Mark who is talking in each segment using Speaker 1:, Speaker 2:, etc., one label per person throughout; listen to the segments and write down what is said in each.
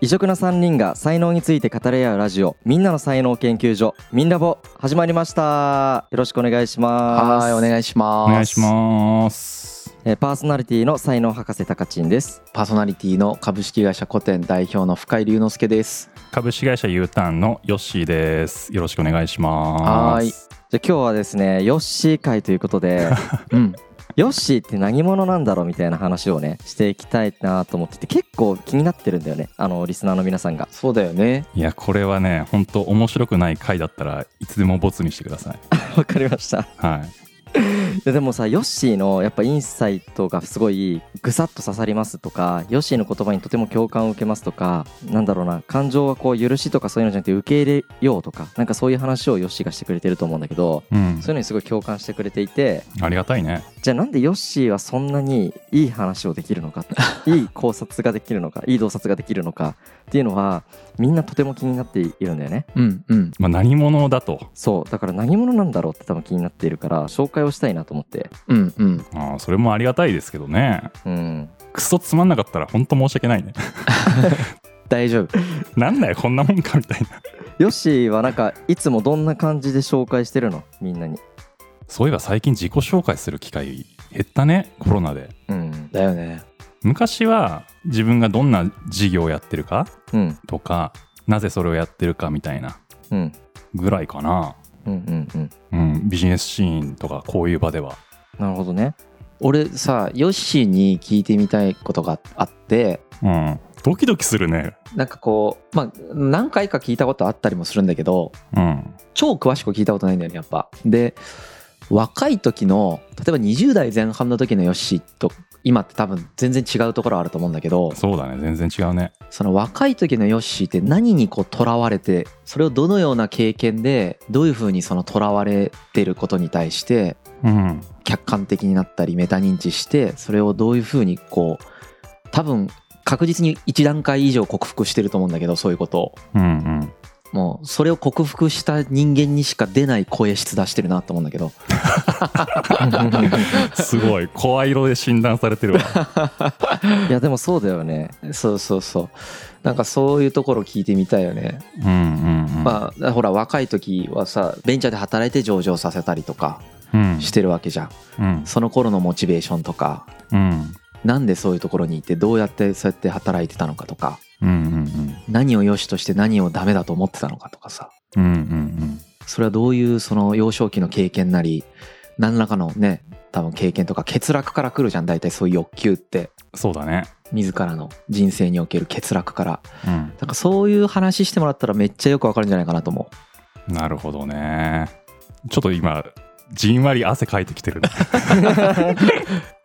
Speaker 1: 異色な3人が才能について語り合うラジオみんなの才能研究所みんラボ始まりましたよろしくお願いします
Speaker 2: はいお願いします
Speaker 3: お願いします
Speaker 1: えーパーソナリティの才能博士たかちんです
Speaker 2: パーソナリティの株式会社古典代表の深井龍之介です
Speaker 3: 株式会社 U ターンのヨッシーですよろしくお願いします
Speaker 2: はい
Speaker 1: じゃあ今日はですねヨッシー会ということで
Speaker 2: うん
Speaker 1: ヨッシーって何者なんだろうみたいな話をねしていきたいなと思ってて結構気になってるんだよねあのリスナーの皆さん が
Speaker 2: そうだよね
Speaker 3: いやこれはね本当面白くない回だったらいつでもボツにしてください
Speaker 1: わかりました
Speaker 3: はい
Speaker 1: ででもさヨッシーのやっぱインサイトがすごいぐさっと刺さりますとかヨッシーの言葉にとても共感を受けますとかなんだろうな感情はこう許しとかそういうのじゃなくて受け入れようとかなんかそういう話をヨッシーがしてくれてると思うんだけど
Speaker 3: うん
Speaker 1: そういうのにすごい共感してくれていて
Speaker 3: ありがたいね
Speaker 1: じゃあなんでヨッシーはそんなにいい話をできるのかいい考察ができるのかいい洞察ができるのかっていうのはみんなとても気になっているんだよね
Speaker 2: うんうん
Speaker 3: まあ何者だと
Speaker 1: そうだから何者なんだろうって多分気になっているから紹介をしたいなと思って
Speaker 2: うんうん
Speaker 3: あーそれもありがたいですけどね
Speaker 1: うん
Speaker 3: クソつまんなかったら本当申し訳ないね
Speaker 2: 大丈夫
Speaker 3: なんだよこんなもんかみたいな
Speaker 1: ヨッシーはなんかいつもどんな感じで紹介してるのみんなに
Speaker 3: そういえば最近自己紹介する機会減ったねコロナで
Speaker 1: うん
Speaker 2: だよね
Speaker 3: 昔は自分がどんな事業をやってるか
Speaker 1: うん
Speaker 3: とかなぜそれをやってるかみたいな
Speaker 1: うん
Speaker 3: ぐらいかな
Speaker 1: うんうんうん
Speaker 3: うん、ビジネスシーンとかこういう場では。
Speaker 1: なるほどね
Speaker 2: 俺さヨッシーに聞いてみたいことがあって
Speaker 3: うん、ドキドキするね。
Speaker 2: なんかこうまあ何回か聞いたことあったりもするんだけど
Speaker 3: うん。
Speaker 2: 超詳しく聞いたことないんだよねやっぱで若い時の例えば20代前半の時のヨッシーと今って多分全然違うところあると思うんだけど
Speaker 3: そうだね。全然違うね。
Speaker 2: その若い時のヨッシーって何にこう囚われてそれをどのような経験でどういうふうにその囚われてることに対して
Speaker 3: うん。
Speaker 2: 客観的になったりメタ認知してそれをどういうふうにこう多分確実に1段階以上克服してると思うんだけどそういうことを
Speaker 3: うんうん。
Speaker 2: もうそれを克服した人間にしか出ない声質出してるなと思うんだけど
Speaker 3: すごい。声色で診断されてるわ。
Speaker 1: いやでもそうだよね
Speaker 2: そうそうそうなんかそういうところ聞いてみたいよね
Speaker 3: うんうんうん。
Speaker 2: まあほら若い時はさベンチャーで働いて上場させたりとか
Speaker 3: うん
Speaker 2: してるわけじゃん
Speaker 3: うん
Speaker 2: その頃のモチベーションとか
Speaker 3: うん
Speaker 2: なんでそういうところにいてどうやってそうやって働いてたのかとか
Speaker 3: うんうん
Speaker 2: 何を良しとして何をダメだと思ってたのかとかさ
Speaker 3: うんうんうん
Speaker 2: それはどういうその幼少期の経験なり何らかのね多分経験とか欠落から来るじゃん大体そういう欲求って
Speaker 3: そうだね。
Speaker 2: 自らの人生における欠落から
Speaker 3: うん。
Speaker 2: なんかそういう話してもらったらめっちゃよくわかるんじゃないかなと思う
Speaker 3: なるほどね。ちょっと今、じんわり汗かいてきてる ね。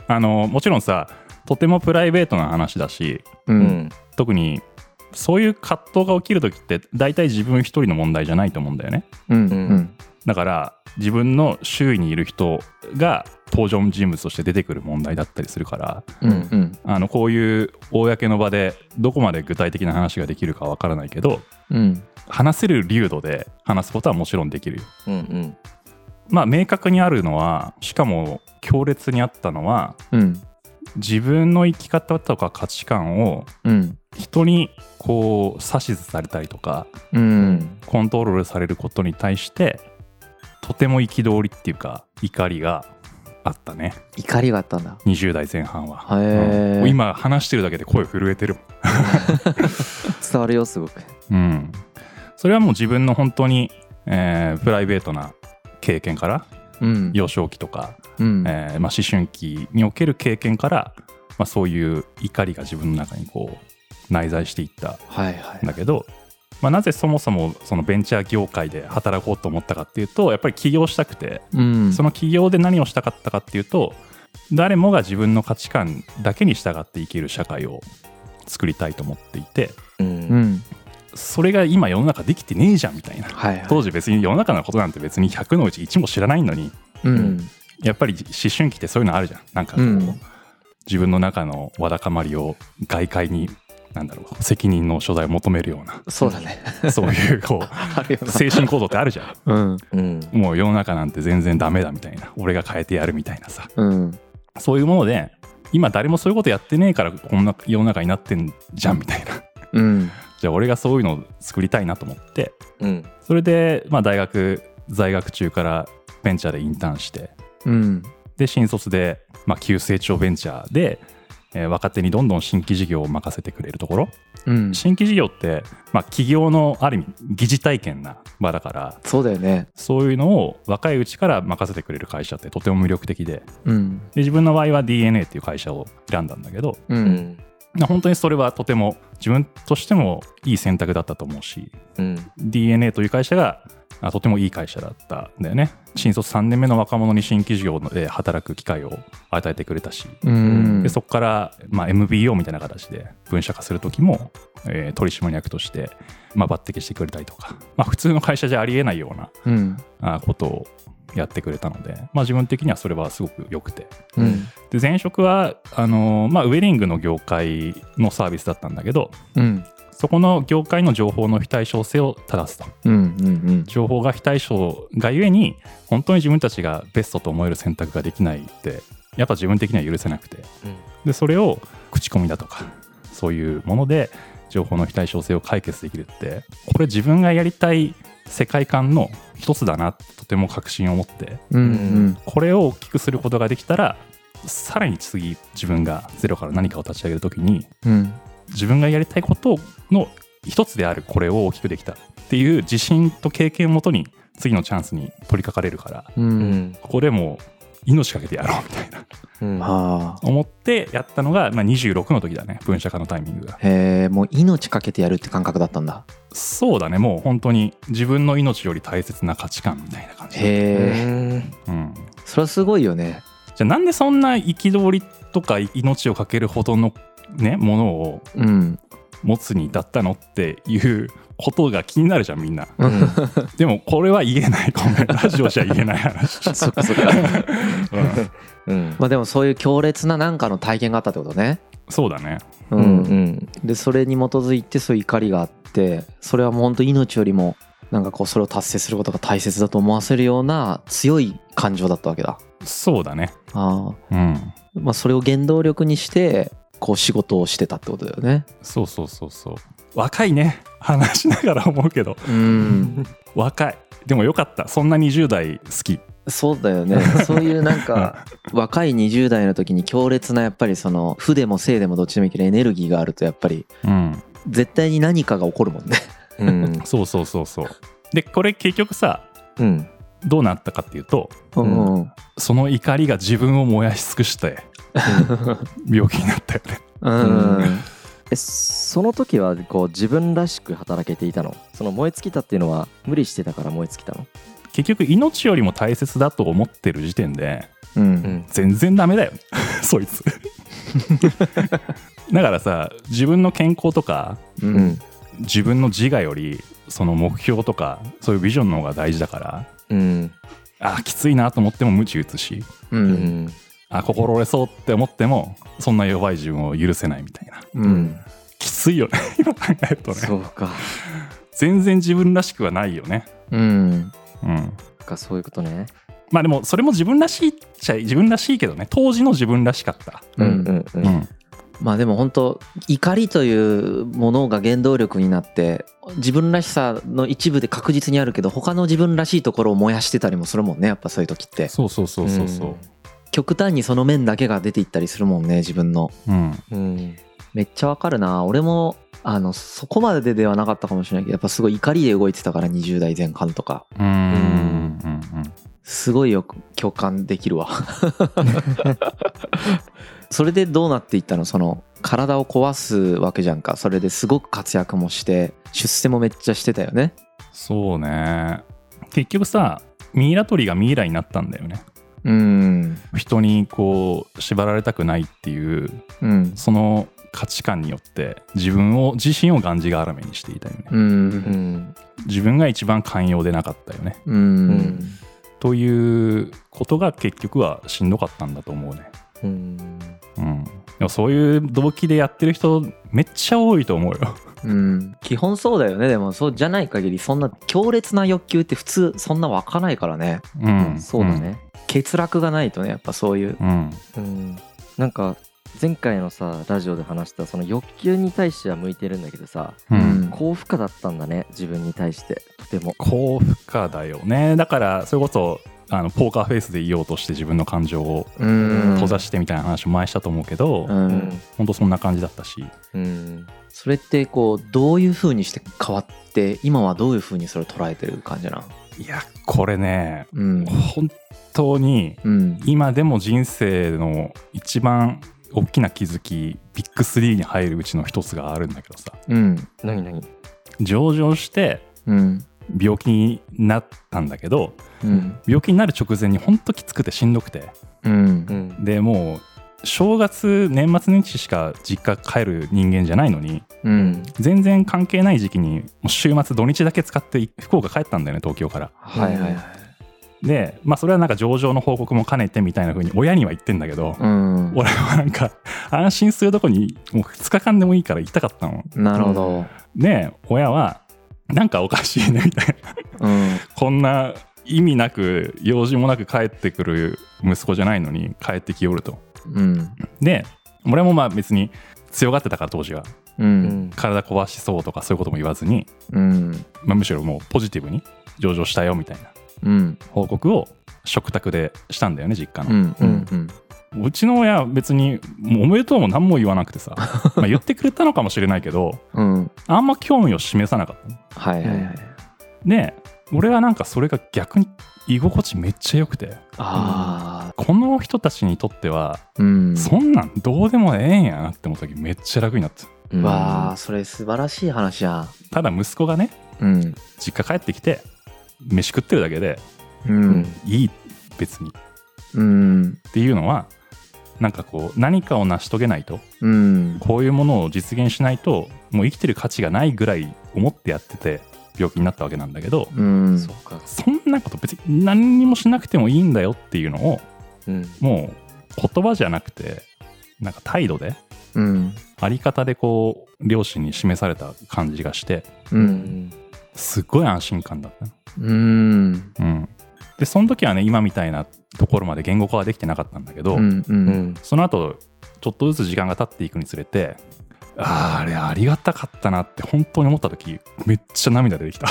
Speaker 3: あの、もちろんさ、とてもプライベートな話だし、
Speaker 1: う
Speaker 2: う、
Speaker 1: んん
Speaker 3: 特にそういう葛藤が起きるときって大体自分一人の問題じゃないと思うんだよね
Speaker 2: うん
Speaker 1: うん
Speaker 3: だから自分の周囲にいる人が登場人物として出てくる問題だったりするから
Speaker 2: うんうんうん
Speaker 3: あのこういう公の場でどこまで具体的な話ができるかわからないけど
Speaker 2: うん
Speaker 3: 話せる流度で話すことはもちろんできるよ
Speaker 1: うんうん
Speaker 3: まあ明確にあるのはしかも強烈にあったのは
Speaker 2: うん
Speaker 3: 自分の生き方とか価値観を
Speaker 2: うん
Speaker 3: 人にこう指図されたりとか
Speaker 2: う
Speaker 1: うんん
Speaker 3: コントロールされることに対してとても憤りっていうか怒りがあったね
Speaker 2: 怒りがあったんだ
Speaker 3: 20代前半は、
Speaker 2: へー
Speaker 3: うん今話してるだけで声震えてるも
Speaker 1: 伝わるよすごく
Speaker 3: ん、うん、それはもう自分の本当に、えープライベートな経験から
Speaker 2: うん
Speaker 3: 幼少期とか、
Speaker 2: うん
Speaker 3: えーまあ、思春期における経験から、まあ、そういう怒りが自分の中にこう内在していった
Speaker 2: はいはい
Speaker 3: んだけど、まあ、なぜそもそもそのベンチャー業界で働こうと思ったかっていうとやっぱり起業したくて
Speaker 2: うん
Speaker 3: その起業で何をしたかったかっていうと誰もが自分の価値観だけに従って生きる社会を作りたいと思っていて
Speaker 1: う
Speaker 2: うんん
Speaker 3: それが今世の中できてねえじゃんみたいな
Speaker 2: はいはい
Speaker 3: 当時別に世の中のことなんて別に100のうち1も知らないのに
Speaker 2: うん
Speaker 3: やっぱり思春期ってそういうのあるじゃんなんかこう、
Speaker 2: うん
Speaker 3: 自分の中のわだかまりを外界になんだろう責任の所在を求めるよう
Speaker 2: そうだね
Speaker 3: なそういうこ
Speaker 2: あるよ
Speaker 3: う精神行動ってあるじゃ
Speaker 2: なうん
Speaker 1: うん
Speaker 3: んもう世の中なんて全然ダメだみたいな俺が変えてやるみたいなさ
Speaker 2: うん
Speaker 3: そういうもので、今誰もそういうことやってねえからこんな世の中になってんじゃんみたいな。
Speaker 2: うん
Speaker 3: じゃあ俺がそういうのを作りたいなと思って
Speaker 1: うん
Speaker 3: それで、まあ、大学在学中からベンチャーでインターンして
Speaker 2: うん
Speaker 3: で新卒で、まあ、急成長ベンチャーで、えー若手にどんどん新規事業を任せてくれるところ
Speaker 2: うん
Speaker 3: 新規事業って、まあ、企業のある意味疑似体験な場だから
Speaker 2: そうだよね
Speaker 3: そういうのを若いうちから任せてくれる会社ってとても魅力的で
Speaker 2: うん
Speaker 3: で自分の場合は DNA っていう会社を選んだんだけど
Speaker 2: う
Speaker 1: うんん
Speaker 3: な本当にそれはとても自分としてもいい選択だったと思うし
Speaker 1: うん
Speaker 3: DNA という会社があとてもいい会社だったんだよね新卒3年目の若者に新規事業で働く機会を与えてくれたし、
Speaker 2: うん
Speaker 3: でそこから、まあ、MBO みたいな形で分社化する時も、えー取締役として、まあ、抜擢してくれたりとか、まあ、普通の会社じゃありえないような
Speaker 2: うん
Speaker 3: あことをやってくれたので、まあ、自分的にはそれはすごく良くて
Speaker 2: うん
Speaker 3: で前職はあのーまあ、ウェディングの業界のサービスだったんだけど
Speaker 2: うん
Speaker 3: そこの業界の情報の非対称性を正すと
Speaker 2: うんうん
Speaker 3: 情報が非対称がゆえに本当に自分たちがベストと思える選択ができないってやっぱ自分的には許せなくてでそれを口コミだとかそういうもので情報の非対称性を解決できるってこれ自分がやりたい世界観の一つだなってとても確信を持って
Speaker 2: うんうん
Speaker 3: これを大きくすることができたらさらに次自分がゼロから何かを立ち上げるときに
Speaker 2: うん
Speaker 3: 自分がやりたいことの一つであるこれを大きくできたっていう自信と経験をもとに次のチャンスに取り掛かれるから
Speaker 2: う
Speaker 1: うんうんん
Speaker 3: ここでもう命かけてやろうみたいな
Speaker 1: うん
Speaker 2: あ
Speaker 3: 思ってやったのが、まあ、26の時だね分社化のタイミングが
Speaker 2: あへえもう命かけてやるって感覚だったんだ
Speaker 3: そうだねもう本当に自分の命より大切な価値観みたいな感じ、
Speaker 2: へえ
Speaker 3: うん、
Speaker 2: それはすごいよね
Speaker 3: じゃあなんでそんな憤りとか命をかけるほどのねものを
Speaker 2: うん
Speaker 3: 持つに至ったのっていうことが気になるじゃんみんな
Speaker 1: うん
Speaker 3: でもこれは言えないご めんラジオじゃ言えない話、
Speaker 1: そっかそっかう
Speaker 3: うん
Speaker 1: ん
Speaker 2: まあでもそういう強烈ななんかの体験があったってことね
Speaker 3: そうだね
Speaker 1: う
Speaker 2: うんん
Speaker 1: うん
Speaker 2: でそれに基づいてそういう怒りがあってそれはもう本当命よりもなんかこうそれを達成することが大切だと思わせるような強い感情だったわけだ
Speaker 3: そうだね
Speaker 2: ああ
Speaker 3: うん
Speaker 2: まあそれを原動力にしてこう仕事をしてたってことだよね
Speaker 3: そうそうそうそう若いね話しながら思うけど
Speaker 2: うん
Speaker 3: 若いでもよかったそんな20代好き
Speaker 2: そうだよね そういうなんか若い20代の時に強烈なやっぱりその負でも正でもどっちでもいけるエネルギーがあるとやっぱり
Speaker 3: うん
Speaker 2: 絶対に何かが起こるもんね
Speaker 1: うん
Speaker 3: そうそうそうそうでこれ結局さ
Speaker 1: うん
Speaker 3: どうなったかっていうと
Speaker 1: ん
Speaker 2: うん
Speaker 3: その怒りが自分を燃やし尽 くして病気になったよね
Speaker 2: うん
Speaker 1: えその時はこう自分らしく働けていたのその燃え尽きたっていうのは無理してたから燃え尽きたの
Speaker 3: 結局命よりも大切だと思ってる時点で
Speaker 2: う
Speaker 1: うんん
Speaker 3: 全然ダメだよ そいつだからさ自分の健康とか
Speaker 2: う
Speaker 1: うんん
Speaker 3: 自分の自我よりその目標とかそういうビジョンの方が大事だから
Speaker 1: うん
Speaker 3: あーきついなと思っても鞭打つし
Speaker 2: う
Speaker 1: うんん
Speaker 3: あー心折れそうって思ってもそんな弱い自分を許せないみたいな
Speaker 2: うん
Speaker 3: きついよね 今考えるとね
Speaker 1: そうか
Speaker 3: 全然自分らしくはないよね
Speaker 2: うん
Speaker 3: うん
Speaker 1: かそういうことね
Speaker 3: まあでもそれも自分らしいっちゃ自分らしいけどね当時の自分らしかった
Speaker 2: うん
Speaker 1: うんう
Speaker 3: うんん
Speaker 2: まあでも本当怒りというものが原動力になって自分らしさの一部で確実にあるけど他の自分らしいところを燃やしてたりもするもんねやっぱそういう時って
Speaker 3: そうそうそうそうそう
Speaker 2: 極端にその面だけが出ていったりするもんね自分の
Speaker 3: うん
Speaker 1: うん
Speaker 2: めっちゃわかるな俺もあのそこまでではなかったかもしれないけどやっぱすごい怒りで動いてたから20代前半とか
Speaker 3: うんうんうんうん
Speaker 2: すごいよく共感できるわ それでどうなっていったのその体を壊すわけじゃんかそれですごく活躍もして出世もめっちゃしてたよね
Speaker 3: そうね結局さミイラ取りがミイラになったんだよね
Speaker 2: うん
Speaker 3: 人にこう縛られたくないっていう
Speaker 2: うん
Speaker 3: その価値観によって自分を自身をがんじがらめにしていたよね
Speaker 2: う
Speaker 1: うんん
Speaker 3: 自分が一番寛容でなかったよね
Speaker 2: う
Speaker 1: うんん
Speaker 3: ということが結局はしんどかったんだと思うね
Speaker 1: うん
Speaker 3: うんでもそういう動機でやってる人めっちゃ多いと思うよ
Speaker 2: うん基本そうだよねでもそうじゃない限りそんな強烈な欲求って普通そんな湧かないからね
Speaker 3: うん
Speaker 1: そうだね
Speaker 2: 欠落がないとねやっぱそういう
Speaker 3: うん
Speaker 1: うんなんか前回のさラジオで話したその欲求に対しては向いてるんだけどさ
Speaker 3: うん、
Speaker 1: 高負荷だったんだね自分に対してとても
Speaker 3: 高負荷だよねだからそれこそあのポーカーフェイスでいようとして自分の感情を
Speaker 2: うん
Speaker 3: 閉ざしてみたいな話を前したと思うけど、
Speaker 2: う
Speaker 3: ほん、
Speaker 2: ん、
Speaker 3: 本当そんな感じだったし
Speaker 1: うん
Speaker 2: それってこうどういうふうにして変わって今はどういうふうにそれを捉えてる感じなん
Speaker 3: いやこれね
Speaker 2: うん
Speaker 3: 本当に
Speaker 2: うん
Speaker 3: 今でも人生の一番大きな気づきビッグ3に入るうちの一つがあるんだけどさ
Speaker 2: うん
Speaker 1: 何何
Speaker 3: 上場して
Speaker 2: うん
Speaker 3: 病気になったんだけど
Speaker 2: うん
Speaker 3: 病気になる直前にほんときつくてしんどくて
Speaker 2: うん
Speaker 1: うん
Speaker 3: でもう正月年末年始しか実家帰る人間じゃないのに
Speaker 2: うん
Speaker 3: 全然関係ない時期にもう週末土日だけ使って福岡帰ったんだよね東京から
Speaker 2: はいはいはい
Speaker 3: でまあそれはなんか上場の報告も兼ねてみたいな風に親には言ってんだけど、
Speaker 2: うん
Speaker 3: 俺はなんか安心するとこにもう2日間でもいいから行きたかったの
Speaker 2: なるほど
Speaker 3: で親はなんかおかしいねみたいな
Speaker 2: うん
Speaker 3: こんな意味なく用事もなく帰ってくる息子じゃないのに帰ってきよると
Speaker 2: うん
Speaker 3: で俺もまあ別に強がってたから当時は
Speaker 2: う
Speaker 1: うんん
Speaker 3: 体壊しそうとかそういうことも言わずに、
Speaker 2: うん
Speaker 3: まあ、むしろもうポジティブに上場したよみたいな
Speaker 2: うん
Speaker 3: 報告を食卓でしたんだよね実家
Speaker 2: う
Speaker 3: の、
Speaker 2: んうん
Speaker 3: うちの親は別にもうおめでとうも何も言わなく てさまあ言ってくれたのかもしれないけど
Speaker 2: うん
Speaker 3: あんま興味を示さなかったの
Speaker 2: はいはいはい
Speaker 3: で俺はなんかそれが逆に居心地めっちゃ良くて
Speaker 2: ああ
Speaker 3: この人たちにとっては
Speaker 2: うん
Speaker 3: そんなんどうでもええんやなって思った時めっちゃ楽になった
Speaker 1: うん
Speaker 2: わあそれ素晴らしい話や
Speaker 3: ただ息子がね
Speaker 2: うん
Speaker 3: 実家帰ってきて飯食ってるだけで
Speaker 2: う
Speaker 1: うんん
Speaker 3: いい別に
Speaker 2: うん
Speaker 3: っていうのはなんかこう何かを成し遂げないと
Speaker 2: うん
Speaker 3: こういうものを実現しないともう生きてる価値がないぐらい思ってやってて病気になったわけなんだけど
Speaker 2: うん
Speaker 1: そうか
Speaker 3: そんなこと別に何にもしなくてもいいんだよっていうのを
Speaker 1: うん
Speaker 3: もう言葉じゃなくてなんか態度で
Speaker 2: うん
Speaker 3: あり方でこう両親に示された感じがして
Speaker 2: う
Speaker 1: うんん
Speaker 3: すっごい安心感だったな
Speaker 2: うん
Speaker 3: うんでその時はね今みたいなところまで言語化はできてなかったんだけど、
Speaker 2: うんう
Speaker 1: うんん
Speaker 3: その後ちょっとずつ時間が経っていくにつれてあーあれありがたかったなって本当に思った時めっちゃ涙出て きた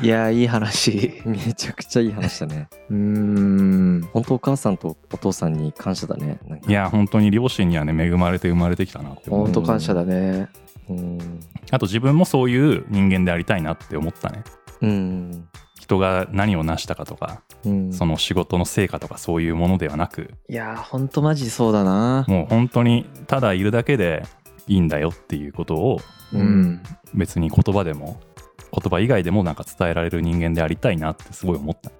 Speaker 2: いやいい話
Speaker 1: うんめちゃくちゃいい話だね
Speaker 2: うん
Speaker 1: 本当お母さんとお父さんに感謝だねなんか
Speaker 3: いや本当に両親にはね恵まれて生まれてきたなって思う
Speaker 2: 本当感謝だね
Speaker 1: うん
Speaker 3: あと自分もそういう人間でありたいなって思ったね
Speaker 1: うん
Speaker 3: 人が何を成したかとか
Speaker 1: うん
Speaker 3: その仕事の成果とかそういうものではなく
Speaker 2: いや本当マジそうだな
Speaker 3: もう本当にただいるだけでいいんだよっていうことを
Speaker 2: うん
Speaker 3: 別に言葉でも言葉以外でもなんか伝えられる人間でありたいなってすごい思った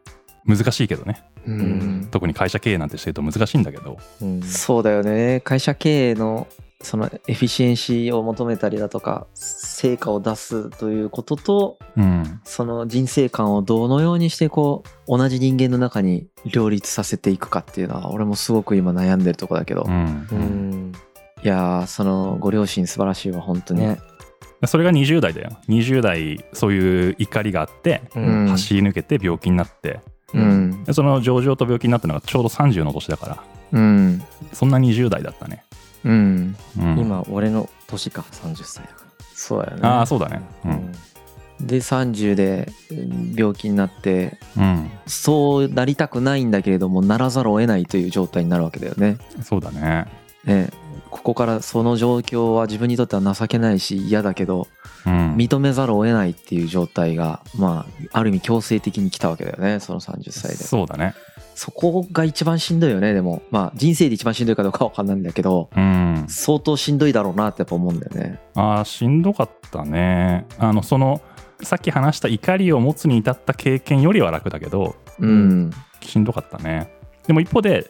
Speaker 3: 難しいけどね
Speaker 2: うんん
Speaker 3: 特に会社経営なんてしてると難しいんだけど
Speaker 1: うん
Speaker 2: そうだよね会社経営のそのエフィシエンシーを求めたりだとか成果を出すということと
Speaker 3: うん
Speaker 2: その人生観をどのようにしてこう同じ人間の中に両立させていくかっていうのは俺もすごく今悩んでるとこだけど、
Speaker 3: う
Speaker 2: い
Speaker 3: ん
Speaker 1: うん
Speaker 2: やーそのご両親素晴らしいわ本当に、
Speaker 1: ね
Speaker 3: それが20代だよ20代そういう怒りがあって
Speaker 2: うん
Speaker 3: 走り抜けて病気になって
Speaker 2: うん
Speaker 3: でその上場と病気になったのがちょうど30の年だから
Speaker 2: うん
Speaker 3: そんな20代だったね、
Speaker 2: うん
Speaker 3: うん
Speaker 1: 今俺の年か30歳だか
Speaker 2: そうだよね
Speaker 3: ああそうだねう
Speaker 1: ら
Speaker 3: ん、
Speaker 2: で30でうん病気になって
Speaker 3: うん
Speaker 2: そうなりたくないんだけれどもならざるを得ないという状態になるわけだよね。
Speaker 3: そうだね
Speaker 2: ねここからその状況は自分にとっては情けないし嫌だけど
Speaker 3: うん
Speaker 2: 認めざるを得ないっていう状態がまあある意味強制的に来たわけだよねその30歳で
Speaker 3: そうだね
Speaker 2: そこが一番しんどいよねでもまあ人生で一番しんどいかどうかは分かんないんだけど
Speaker 3: うん
Speaker 2: 相当しんどいだろうなってやっぱ思うんだよね
Speaker 3: あーしんどかったねあのそのさっき話した怒りを持つに至った経験よりは楽だけど
Speaker 2: うん
Speaker 3: しんどかったねでも一方で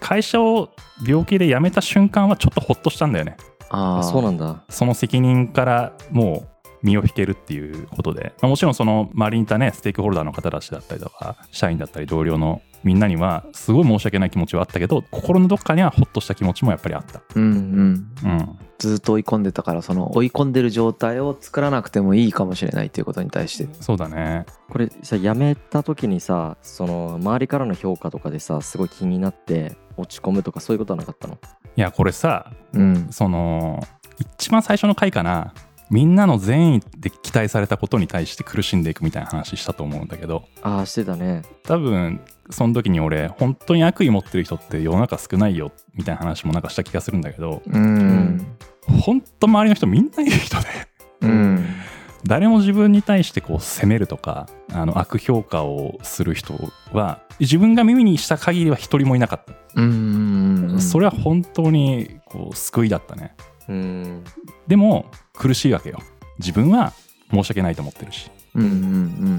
Speaker 3: 会社を病気で辞めた瞬間はちょっとほっとしたんだよね
Speaker 2: ああ
Speaker 1: あそうなんんだ
Speaker 3: その責任からも身を引けるっていうことで、まあ、もちろんその周りにいたねステークホルダーの方たちだったりとか社員だったり同僚のみんなにはすごい申し訳ない気持ちはあったけど心のどっかにはほっとした気持ちもやっぱりあった。
Speaker 2: うんうん
Speaker 3: うん
Speaker 2: ずっと追い込んでたからその追い込んでる状態を作らなくてもいいかもしれないっていうことに対して
Speaker 3: そうだね。
Speaker 1: これさ辞めた時にさその周りからの評価とかでさすごい気になって落ち込むとかそういうことはなかったの
Speaker 3: いや、これさ、
Speaker 2: うん
Speaker 3: その、一番最初の回かな、みんなの善意で期待されたことに対して苦しんでいくみたいな話したと思うんだけど、
Speaker 1: ああしてたね
Speaker 3: 多分、その時に俺、本当に悪意持ってる人って世の中少ないよ、みたいな話もなんかした気がするんだけど、
Speaker 2: うん
Speaker 3: 本当周りの人みんないい人で、
Speaker 2: うん
Speaker 3: 誰も自分に対してこう責めるとか、あの悪評価をする人は、自分が耳にした限りは一人もいなかった。
Speaker 2: うん
Speaker 3: そ
Speaker 2: れ
Speaker 3: れは本当にこう救いだったね。
Speaker 1: うん
Speaker 3: でも苦しいわけよ自分は申し訳ないと思ってるし
Speaker 2: うんう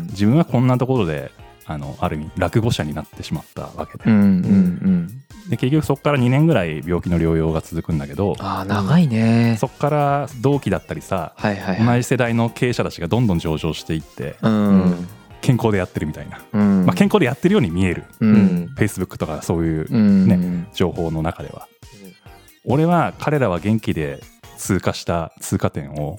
Speaker 2: ん
Speaker 3: 自分はこんなところであのある意味落語者になってしまったわけで,、
Speaker 2: うんうんうん
Speaker 3: で結局そこから2年ぐらい病気の療養が続くんだけど
Speaker 2: ああ長いね
Speaker 3: そこから同期だったりさ
Speaker 2: はいはいは
Speaker 3: 同
Speaker 2: い
Speaker 3: じ世代の経営者たちがどんどん上場していって
Speaker 2: うん
Speaker 3: 健康でやってるみたいな、
Speaker 2: うん
Speaker 3: まあ、健康でやってるように見える
Speaker 2: う
Speaker 1: うん
Speaker 3: Facebook とかそういう
Speaker 2: うん
Speaker 3: ね情報の中では俺は彼らは元気で通過した通過点を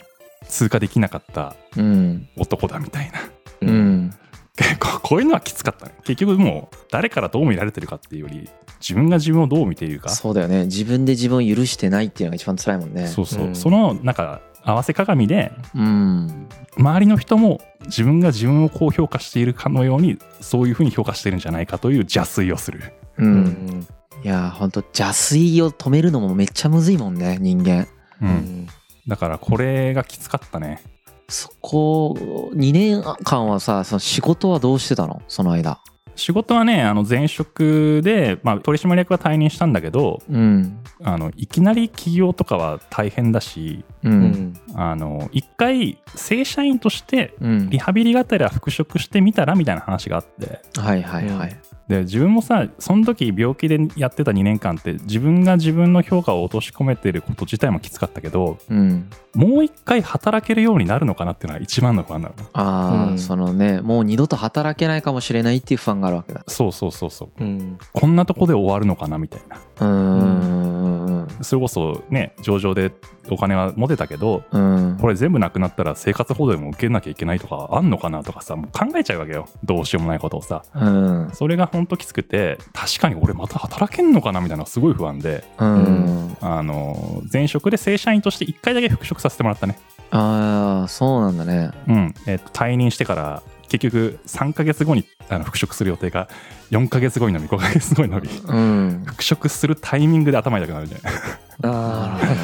Speaker 3: 通過できなかった
Speaker 2: うん
Speaker 3: 男だみたいな
Speaker 1: う
Speaker 2: うんん
Speaker 3: 結構こういうのはきつかったね結局もう誰からどう見られてるかっていうより自分が自分をどう見ているか
Speaker 2: そうだよね自分で自分を許してないっていうのが一番辛いもんね
Speaker 3: そうそう
Speaker 1: うん
Speaker 3: そのなんか合わせ鏡で
Speaker 2: うん
Speaker 3: 周りの人も自分が自分をこう評価しているかのようにそういうふうに評価してるんじゃないかという邪推をする
Speaker 2: う
Speaker 1: うんん
Speaker 2: いやーほんと邪推を止めるのもめっちゃむずいもんね人間
Speaker 3: う
Speaker 1: うんん
Speaker 3: だからこれがきつかったね
Speaker 2: そこ2年間はさその仕事はどうしてたのその間
Speaker 3: 仕事はねあの前職で、まあ、取締役は退任したんだけど
Speaker 2: うん
Speaker 3: あのいきなり起業とかは大変だし
Speaker 2: う
Speaker 1: うんん
Speaker 3: あの一回正社員として
Speaker 2: うん
Speaker 3: リハビリがてら復職してみたらみたいな話があって
Speaker 2: はいはいはい
Speaker 3: で自分もさその時病気でやってた2年間って自分が自分の評価を落とし込めてること自体もきつかったけど
Speaker 2: うん
Speaker 3: もう一回働けるようになるのかなっていうのは一番の不安なの
Speaker 2: ああ、
Speaker 1: うん
Speaker 2: そのねもう二度と働けないかもしれないっていう不安があるわけだ
Speaker 3: そうそうそうそ
Speaker 1: う
Speaker 3: う
Speaker 1: ん
Speaker 3: こんなとこで終わるのかなみたいな
Speaker 2: うーん
Speaker 3: それこそね上場でお金は持てたけど
Speaker 2: うん
Speaker 3: これ全部なくなったら生活保護でも受けなきゃいけないとかあんのかなとかさもう考えちゃうわけよどうしようもないことをさ
Speaker 2: うん
Speaker 3: それがほんときつくて確かに俺また働けんのかなみたいなのがすごい不安で
Speaker 2: うん
Speaker 3: あの前職で正社員として1回だけ復職させてもらったね、
Speaker 2: ああそうなんだね
Speaker 3: うんえっと退任してから結局3ヶ月後にあの復職する予定が4ヶ月後に伸び5ヶ月後に伸び
Speaker 2: うん
Speaker 3: 復職するタイミングで頭痛くなるじゃない
Speaker 2: なる
Speaker 1: あ
Speaker 2: ほどね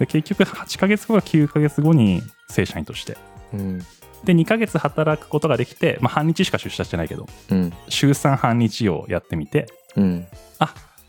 Speaker 3: で結局8ヶ月後が9ヶ月後に正社員として
Speaker 1: あうん
Speaker 3: で2ヶ月働くことができて、まあ、半日しか出社してないけど
Speaker 1: うん
Speaker 3: 週3半日をやってみて
Speaker 1: うん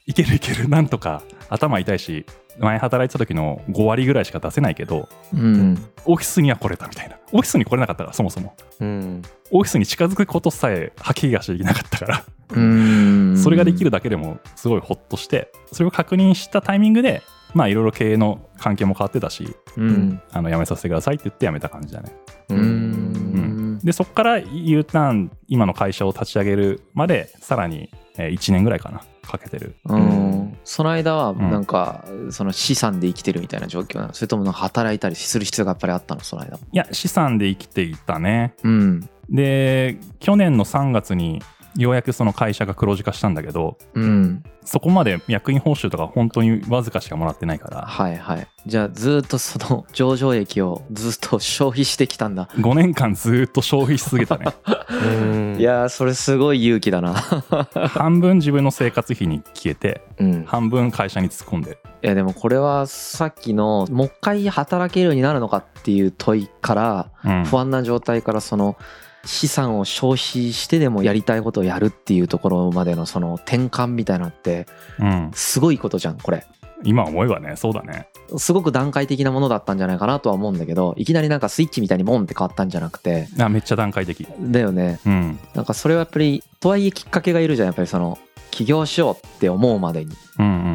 Speaker 3: いけるいけるなんとか頭痛いし前働いてた時の5割ぐらいしか出せないけど
Speaker 2: うん
Speaker 3: オフィスには来れたみたいなオフィスに来れなかったからそもそも
Speaker 1: うん
Speaker 3: オフィスに近づくことさえ吐き気がしていなかったから、
Speaker 2: うん
Speaker 3: それができるだけでもすごいホッとしてそれを確認したタイミングでまあいろいろ経営の関係も変わってたし
Speaker 2: う
Speaker 1: うんん
Speaker 3: あの辞めさせてくださいって言って辞めた感じだね
Speaker 1: う
Speaker 2: うんん
Speaker 3: でそこから U ターン今の会社を立ち上げるまでさらに1年ぐらいかなかけてる
Speaker 2: うんその間は
Speaker 3: ん
Speaker 2: なんかその資産で生きてるみたいな状況なのそれともなんか働いたりする必要がやっぱりあったのその間も
Speaker 3: いや資産で生きていたね
Speaker 2: うん
Speaker 3: で去年の3月にようやくその会社が黒字化したんだけど
Speaker 2: うん
Speaker 3: そこまで役員報酬とか本当にわずかしかもらってないから
Speaker 2: はいはいじゃあずーっとその上場益をずっと消費してきたんだ
Speaker 3: 5年間ずーっと消費し続け たね
Speaker 1: うん
Speaker 2: いやーそれすごい勇気だな
Speaker 3: 半分自分の生活費に消えて
Speaker 1: うん
Speaker 3: 半分会社に突っ込んでる
Speaker 2: いやでもこれはさっきのもう一回働けるようになるのかっていう問いから
Speaker 3: うん
Speaker 2: 不安な状態からその資産を消費してでもやりたいことをやるっていうところまでのその転換みたいなのって
Speaker 3: うん
Speaker 2: すごいことじゃんこれ
Speaker 3: 今思えばねそうだね
Speaker 2: すごく段階的なものだったんじゃないかなとは思うんだけどいきなりなんかスイッチみたいにボンって変わったんじゃなくて
Speaker 3: あめっちゃ段階的
Speaker 2: だよね
Speaker 3: うん
Speaker 2: なんかそれはやっぱりとはいえきっかけがいるじゃんやっぱりその起業しようって思うまでに
Speaker 3: うんうんうんう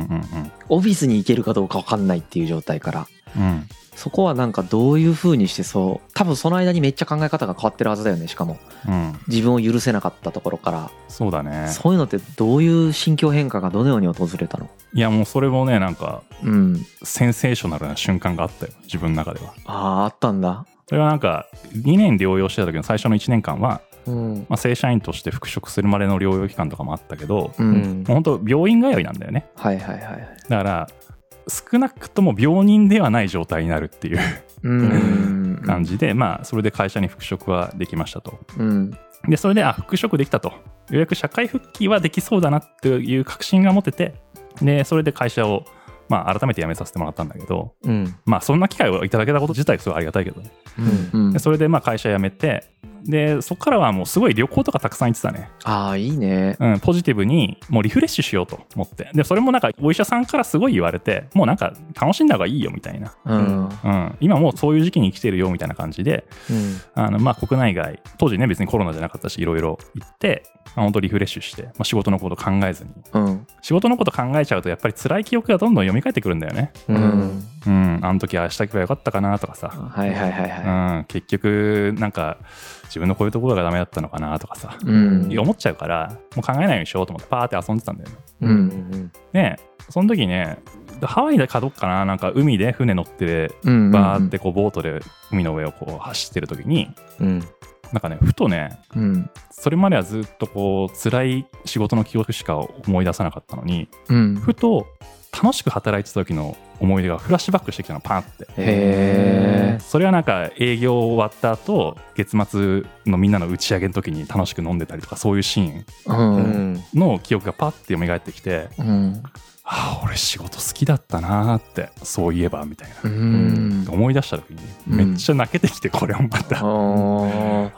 Speaker 3: ん
Speaker 2: オフィスに行けるかどうか分かんないっていう状態から
Speaker 3: うん
Speaker 2: そこはなんかどういうふうにしてそう多分その間にめっちゃ考え方が変わってるはずだよねしかも
Speaker 3: うん、
Speaker 2: 自分を許せなかったところから、
Speaker 3: そうだね
Speaker 2: そういうのってどういう心境変化がどのように訪れたの
Speaker 3: いやもうそれもねなんか
Speaker 2: うん
Speaker 3: センセーショナルな瞬間があったよ自分の中では
Speaker 2: あああったんだ
Speaker 3: それはなんか2年療養してた時の最初の1年間は、
Speaker 2: うん
Speaker 3: まあ、正社員として復職するまでの療養期間とかもあったけど、
Speaker 2: う
Speaker 1: うんん
Speaker 3: もう本当病院通いなんだよね
Speaker 2: はいはいはい
Speaker 3: だから少なくとも病人ではない状態になるっていう
Speaker 2: うん
Speaker 3: 感じで、まあそれで会社に復職はできましたと
Speaker 2: うん
Speaker 3: でそれであ復職できたとようやく社会復帰はできそうだなっていう確信が持ててでそれで会社を、まあ、改めて辞めさせてもらったんだけど
Speaker 1: うん
Speaker 3: まあそんな機会をいただけたこと自体すごいありがたいけどね
Speaker 1: うん
Speaker 2: うん
Speaker 3: でそれでまあ会社辞めてでそこからはもうすごい旅行とかたくさん行ってたね、
Speaker 2: ああいいね
Speaker 3: うん、ポジティブにもうリフレッシュしようと思ってでそれもなんかお医者さんからすごい言われてもうなんか楽しんだ方がいいよみたいな、
Speaker 2: うん
Speaker 3: うん、今もうそういう時期に生きてるよみたいな感じで
Speaker 1: うん
Speaker 3: あのまあ国内外当時ね別にコロナじゃなかったしいろいろ行って、まあ、本当リフレッシュして、まあ、仕事のこと考えずに
Speaker 2: うん
Speaker 3: 仕事のこと考えちゃうとやっぱり辛い記憶がどんどん蘇ってくるんだよね
Speaker 1: う
Speaker 2: うんん
Speaker 3: うんあの時ああしたけばよかったかなとかさ
Speaker 2: はいはいはいは
Speaker 3: うん、結局なんか自分のこういうところがダメだったのかなとかさ、
Speaker 2: いうん
Speaker 3: 思っちゃうからもう考えないようにしようと思ってパーって遊んでたんだよね。
Speaker 1: うんうん
Speaker 3: でその時ねハワイでかどっかななんか海で船乗って
Speaker 2: うん
Speaker 3: バーってこうボートで海の上をこう走ってる時に
Speaker 1: うん
Speaker 3: なんかねふとね
Speaker 2: うん
Speaker 3: それまではずっとこう辛い仕事の記憶しか思い出さなかったのに
Speaker 2: うん
Speaker 3: ふと楽しく働いてた時の思い出がフラッシュバックしてきたのパンって。
Speaker 2: へえ
Speaker 3: それはなんか営業終わった後月末のみんなの打ち上げの時に楽しく飲んでたりとかそういうシーン
Speaker 1: う
Speaker 2: う
Speaker 1: んん
Speaker 3: の記憶がパッて蘇ってきて
Speaker 2: うん
Speaker 3: ああ俺仕事好きだったなーってそういえばみたいな、
Speaker 2: うん
Speaker 3: 思い出した時にめっちゃ泣けてきてこれもまた、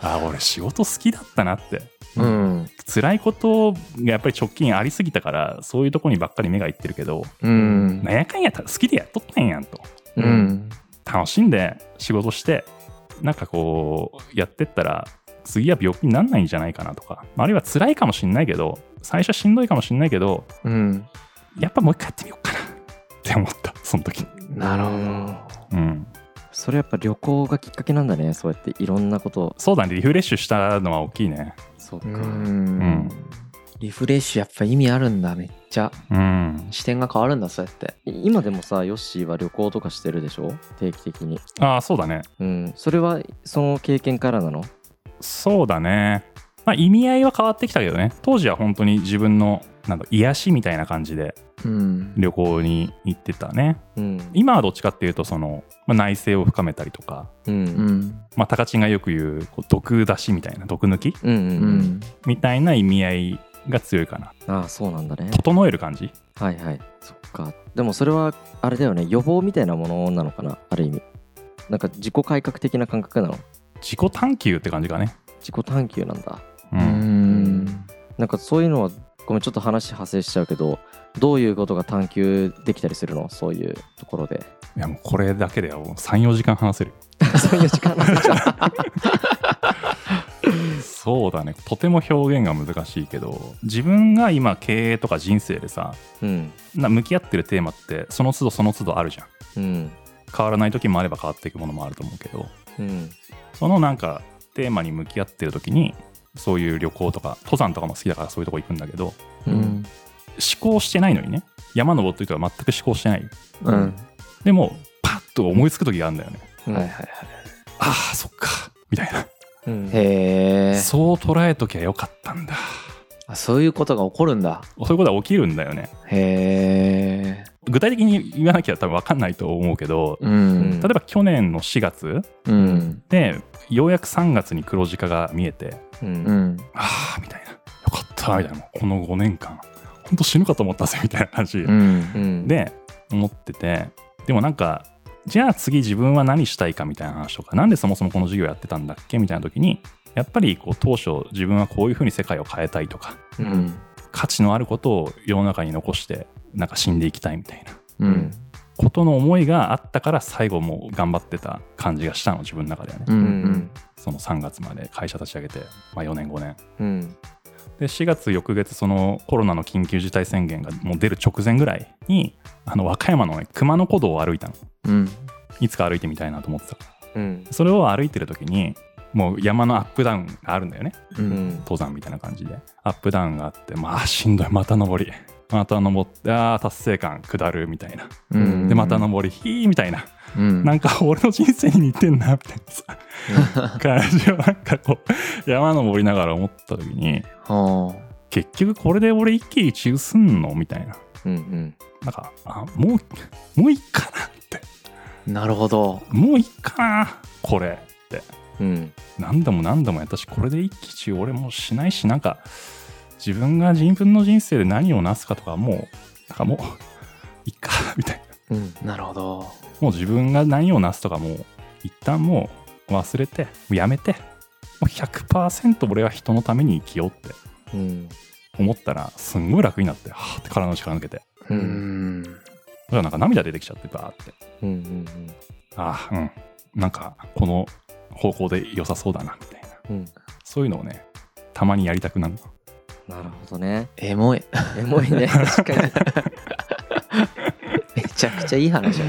Speaker 3: あ
Speaker 2: あ
Speaker 3: あ俺仕事好きだったなって
Speaker 2: ーうん
Speaker 3: 辛いことがやっぱり直近ありすぎたからそういうとこにばっかり目がいってるけど、
Speaker 2: うん
Speaker 3: なんやかんや好きでやっとったんやんと
Speaker 1: う
Speaker 2: うんん
Speaker 3: 楽しんで仕事してなんかこうやってったら次は病気にならないんじゃないかなとかあるいは辛いかもしんないけど最初はしんどいかもしんないけど
Speaker 2: うん
Speaker 3: やっぱもう一回やってみようかなって思ったその時
Speaker 2: なるほど
Speaker 3: うん
Speaker 1: それやっぱ旅行がきっかけなんだねそうやっていろんなこと
Speaker 3: そうだねリフレッシュしたのは大きいね
Speaker 1: そう
Speaker 2: う
Speaker 1: か
Speaker 2: んリフレッシュやっぱ意味あるんだめっちゃ
Speaker 3: うん
Speaker 2: 視点が変わるんだそうやって
Speaker 1: 今でもさヨッシーは旅行とかしてるでしょ定期的に
Speaker 3: ああそうだね
Speaker 1: うんそれはその経験からなの
Speaker 3: そうだねまあ意味合いは変わってきたけどね当時は本当に自分のなんだ癒しみたいな感じで
Speaker 2: うん
Speaker 3: 旅行に行ってたね
Speaker 1: うん
Speaker 3: 今はどっちかっていうとその、まあ、内省を深めたりとか
Speaker 1: う
Speaker 2: うんん
Speaker 3: まあ、高知がよく言うこう毒出しみたいな毒抜き
Speaker 1: うんう
Speaker 2: うん
Speaker 1: うん
Speaker 2: ん
Speaker 3: みたいな意味合いが強いかな
Speaker 1: ああそうなんだね
Speaker 3: 整える感じ
Speaker 1: はいはいそっかでもそれはあれだよね予防みたいなものなのかなある意味なんか自己改革的な感覚なの
Speaker 3: 自己探求って感じかね
Speaker 1: 自己探求なんだ
Speaker 3: う、
Speaker 2: うんん
Speaker 1: なんかそういうのはごめんちょっと話派生しちゃうけどどういうことが探求できたりするのそういうところで
Speaker 3: いやもうこれだけでは34時間話せる
Speaker 1: そういう時間なんだ
Speaker 3: そうだねとても表現が難しいけど自分が今経営とか人生でさ
Speaker 1: うん
Speaker 3: な向き合ってるテーマってその都度その都度あるじゃ
Speaker 1: う
Speaker 3: ん
Speaker 1: ん
Speaker 3: 変わらない時もあれば変わっていくものもあると思うけど
Speaker 1: うん
Speaker 3: そのなんかテーマに向き合ってる時にそういう旅行とか登山とかも好きだからそういうとこ行くんだけど
Speaker 1: う
Speaker 2: うんん
Speaker 3: 思考してないのにね山登ってる時は全く思考してない
Speaker 2: うん
Speaker 3: でもパッと思いつく時があるんだよね
Speaker 1: うん
Speaker 2: はいはいはい
Speaker 3: ああそっかみたいな、
Speaker 1: うん
Speaker 2: へえ
Speaker 3: そう捉えときゃよかったんだ
Speaker 2: そういうことが起こるんだ
Speaker 3: そういうことは起きるんだよね
Speaker 2: へえ
Speaker 3: 具体的に言わなきゃ多分分かんないと思うけど
Speaker 2: う
Speaker 1: うん
Speaker 2: ん
Speaker 3: 例えば去年の4月
Speaker 2: うん
Speaker 3: でようやく3月に黒字化が見えて
Speaker 1: うん
Speaker 2: うん
Speaker 3: ああみたいなよかったみたいなこの5年間ほんと死ぬかと思ったぜみたいな感じ、
Speaker 2: うん
Speaker 1: うん
Speaker 3: で思っててでもなんかじゃあ次自分は何したいかみたいな話とかなんでそもそもこの授業やってたんだっけみたいな時にやっぱりこう当初自分はこういうふうに世界を変えたいとか
Speaker 2: うん
Speaker 3: 価値のあることを世の中に残してなんか死んでいきたいみたいな
Speaker 2: うん
Speaker 3: ことの思いがあったから最後もう頑張ってた感じがしたの自分の中ではね、
Speaker 2: う
Speaker 1: うんん
Speaker 3: その3月まで会社立ち上げて、まあ、4年5年
Speaker 1: うん
Speaker 3: で4月翌月そのコロナの緊急事態宣言がもう出る直前ぐらいにあの和歌山のね熊野古道を歩いたの
Speaker 2: うん
Speaker 3: いつか歩いてみたいなと思ってたから
Speaker 1: うん
Speaker 3: それを歩いてる時にもう山のアップダウンがあるんだよね
Speaker 2: う
Speaker 1: うんん
Speaker 3: 登山みたいな感じでアップダウンがあってまあしんどいまた登りまた登ってあー達成感下るみたいな
Speaker 2: うん
Speaker 3: でまた登りひーみたいな
Speaker 2: うん
Speaker 3: なんか俺の人生に似てんなみたいな さ感じをなんかこう山登りながら思った時に
Speaker 2: は
Speaker 3: 結局これで俺一喜一憂すんのみたいな
Speaker 1: うんうん
Speaker 3: なんかあもうもういいかなって
Speaker 2: あなるほど
Speaker 3: もういいかなこれって
Speaker 1: うん
Speaker 3: 何度も何度もやったしこれで一喜一憂俺もうしないしなんか自分が自分の人生で何をなすかとかもうなんかもう いいかみたいな
Speaker 1: うん
Speaker 2: なるほど
Speaker 3: もう自分が何をなすとかもう一旦もう忘れてもうやめてもう100%俺は人のために生きようって
Speaker 1: うん
Speaker 3: 思ったらすんごい楽になってはーって体の力抜けてだ
Speaker 1: う
Speaker 2: うんん
Speaker 3: からなんか涙出てきちゃってバーって
Speaker 1: うんうん
Speaker 3: ああうんなんかこの方向で良さそうだなみたいな
Speaker 1: うん
Speaker 3: そういうのをねたまにやりたくなるの
Speaker 1: なるほどね
Speaker 2: エモい
Speaker 1: エモいね 確かに
Speaker 2: めちゃくちゃいい話だ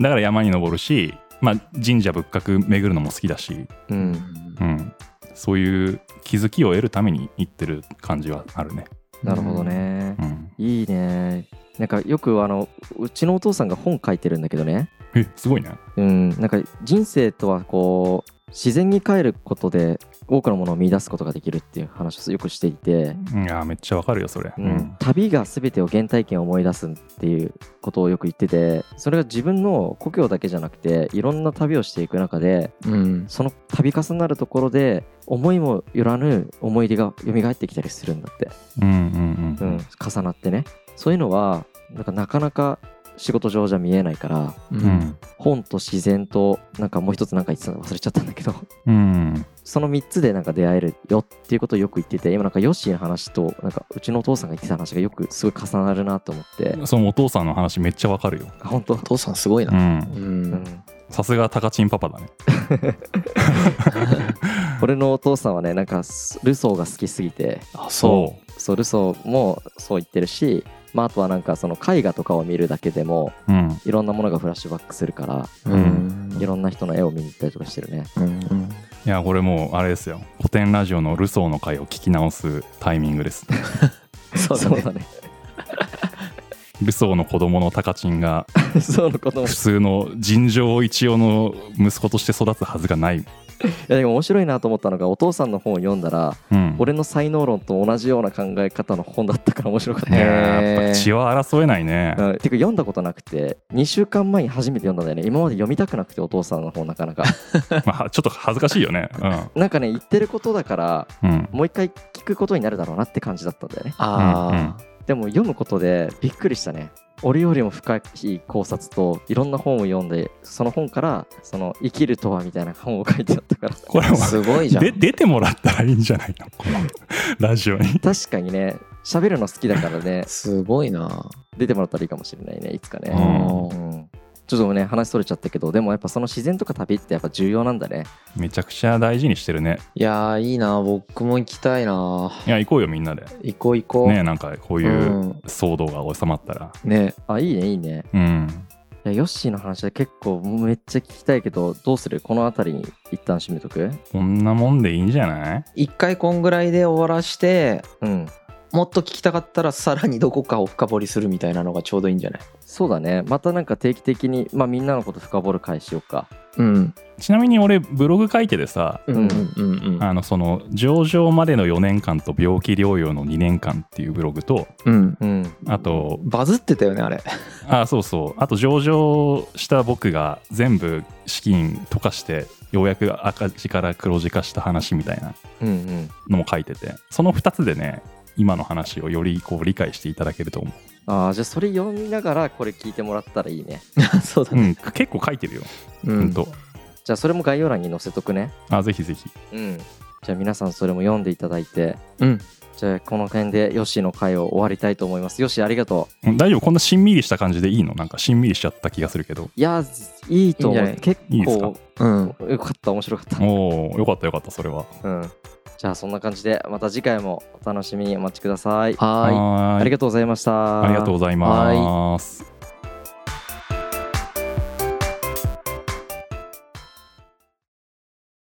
Speaker 3: だから山に登るし、まあ、神社仏閣巡るのも好きだし、
Speaker 1: う
Speaker 2: うんん
Speaker 3: うん、そういう気づきを得るために行ってる感じはあるね、
Speaker 1: なるほどね
Speaker 3: うん、
Speaker 1: いいねなんかよくあのうちのお父さんが本書いてるんだけどね
Speaker 3: えすごいね
Speaker 1: うん、なんか人生とはこう自然に帰ることで多くのものを見出すことができるっていう話をよくしていて、
Speaker 3: いやーめっちゃわかるよそれ、
Speaker 1: う
Speaker 3: うんん
Speaker 1: 旅が全てを原体験を思い出すっていうことをよく言っててそれが自分の故郷だけじゃなくていろんな旅をしていく中で
Speaker 2: うん
Speaker 1: その度重なるところで思いもよらぬ思い出が蘇ってきたりするんだって、
Speaker 3: うんうんう
Speaker 1: うんん、重なってねそういうのはなんかなかなか仕事上じゃ見えないから
Speaker 2: う
Speaker 3: うんん
Speaker 1: 本と自然となんかもう一つなんか言ってたの忘れちゃったんだけど
Speaker 3: うん
Speaker 1: その3つでなんか出会えるよっていうことをよく言ってて今なんかヨッシーの話となんかうちのお父さんが言ってた話がよくすごい重なるなと思って
Speaker 3: そのお父さんの話めっちゃわかるよ
Speaker 1: あ本当
Speaker 2: お父さんすごいうな、
Speaker 3: ん
Speaker 2: うん
Speaker 1: うん、
Speaker 3: さすがタカチンパパだね
Speaker 1: 俺のお父さんはねなんかすルソーが好きすぎて
Speaker 2: あそ
Speaker 1: そうルソーもそう言ってるし、まあ、あとはなんかその絵画とかを見るだけでも
Speaker 3: ううん
Speaker 1: いろんなものがフラッシュバックするから
Speaker 2: う
Speaker 3: う
Speaker 1: いろんな人の絵を見に行ったりとかしてるね
Speaker 2: うん
Speaker 3: いやこれもうあれですよ古典ラジオのルソーの回を聞き直すタイミングです、
Speaker 2: そうだね
Speaker 1: ね
Speaker 3: ルソーの子供のタカチンが
Speaker 1: ルソーのこともい
Speaker 3: 普通の尋常一応の息子として育つはずがない、
Speaker 1: やでも面白いなと思ったのがお父さんの本を読んだら
Speaker 3: うん、
Speaker 1: 俺の才能論と同じような考え方の本だったから面白かった
Speaker 3: い
Speaker 1: ね
Speaker 3: やーやっぱ血は争えないね
Speaker 1: うんてか読んだことなくて2週間前に初めて読んだんだよね今まで読みたくなくてお父さんの方なかなか
Speaker 3: まあちょっと恥ずかしいよね
Speaker 1: なんかね言ってることだから
Speaker 3: う んうん
Speaker 1: もう一回聞くことになるだろうなって感じだったんだよね
Speaker 2: あ
Speaker 1: でも読むことでびっくりしたね俺よりも深い考察といろんな本を読んでその本からその生きるとはみたいな本を書いてあった から
Speaker 3: これ
Speaker 2: あ
Speaker 3: は
Speaker 2: すごいじゃん
Speaker 3: で出てもらったらいいんじゃないのこのラジオに
Speaker 1: 確かにね喋るの好きだからね
Speaker 2: すごいな
Speaker 1: 出てもらったらいいかもしれないねいつか
Speaker 3: う
Speaker 1: ね、
Speaker 3: ん
Speaker 1: うんちょっとね話それちゃったけどでもやっぱその自然とか旅ってやっぱ重要なんだね
Speaker 3: めちゃくちゃ大事にしてるね
Speaker 2: いやーいいな僕も行きたいない
Speaker 3: や行こうよみんなで
Speaker 2: 行こう行こう
Speaker 3: ねなんかこういううん騒動が収まったら
Speaker 2: ね
Speaker 1: あいいねいいね
Speaker 3: うん
Speaker 1: いやヨッシーの話は結構めっちゃ聞きたいけどどうするこの辺りに一旦締めとく
Speaker 3: こんなもんでいいんじゃない
Speaker 2: 一回こんぐらいで終わらして
Speaker 1: うん
Speaker 2: もっと聞きたかったらさらにどこかを深掘りするみたいなのがちょうどいいんじゃない
Speaker 1: そうだねまたなんか定期的に、まあ、みんなのこと深掘る会しようか
Speaker 2: うん
Speaker 3: ちなみに俺ブログ書いててさ
Speaker 2: うんうんうん
Speaker 3: あのその上場までの4年間と病気療養の2年間っていうブログと
Speaker 2: うん
Speaker 1: うん
Speaker 3: あと
Speaker 2: バズってたよねあれ
Speaker 3: あそうそうあと上場した僕が全部資金溶かしてようやく赤字から黒字化した話みたいな
Speaker 1: うんうん
Speaker 3: のも書いててその2つでね今の話をよりこう理解していただけると思
Speaker 1: ああじゃあそれ読みながらこれ聞いてもらったらいいね
Speaker 2: そう
Speaker 3: う、
Speaker 2: だ
Speaker 3: う
Speaker 2: ね
Speaker 3: ん、結構書いてるよ、
Speaker 2: う
Speaker 3: うん
Speaker 2: ん
Speaker 3: と
Speaker 1: じゃあそれも概要欄に載せとくね
Speaker 3: あぜひぜひ
Speaker 1: うんじゃあ皆さんそれも読んでいただいて
Speaker 2: うん
Speaker 1: じゃあこの辺でヨッシーの会を終わりたいと思いますヨッシーありがと
Speaker 3: うん大丈夫こんなしんみりした感じでいいのなんかしんみりしちゃった気がするけど
Speaker 1: ういやーいいと思う
Speaker 2: いいん
Speaker 1: 結
Speaker 3: いいです
Speaker 1: 構
Speaker 3: か
Speaker 2: うん
Speaker 1: よかった面白かった
Speaker 3: おおよかったよかったそれは
Speaker 1: うんじゃあそんな感じでまた次回もお楽しみにお待ちください
Speaker 2: はーい
Speaker 3: はーい
Speaker 1: ありがとうございました。
Speaker 3: ありがとうございます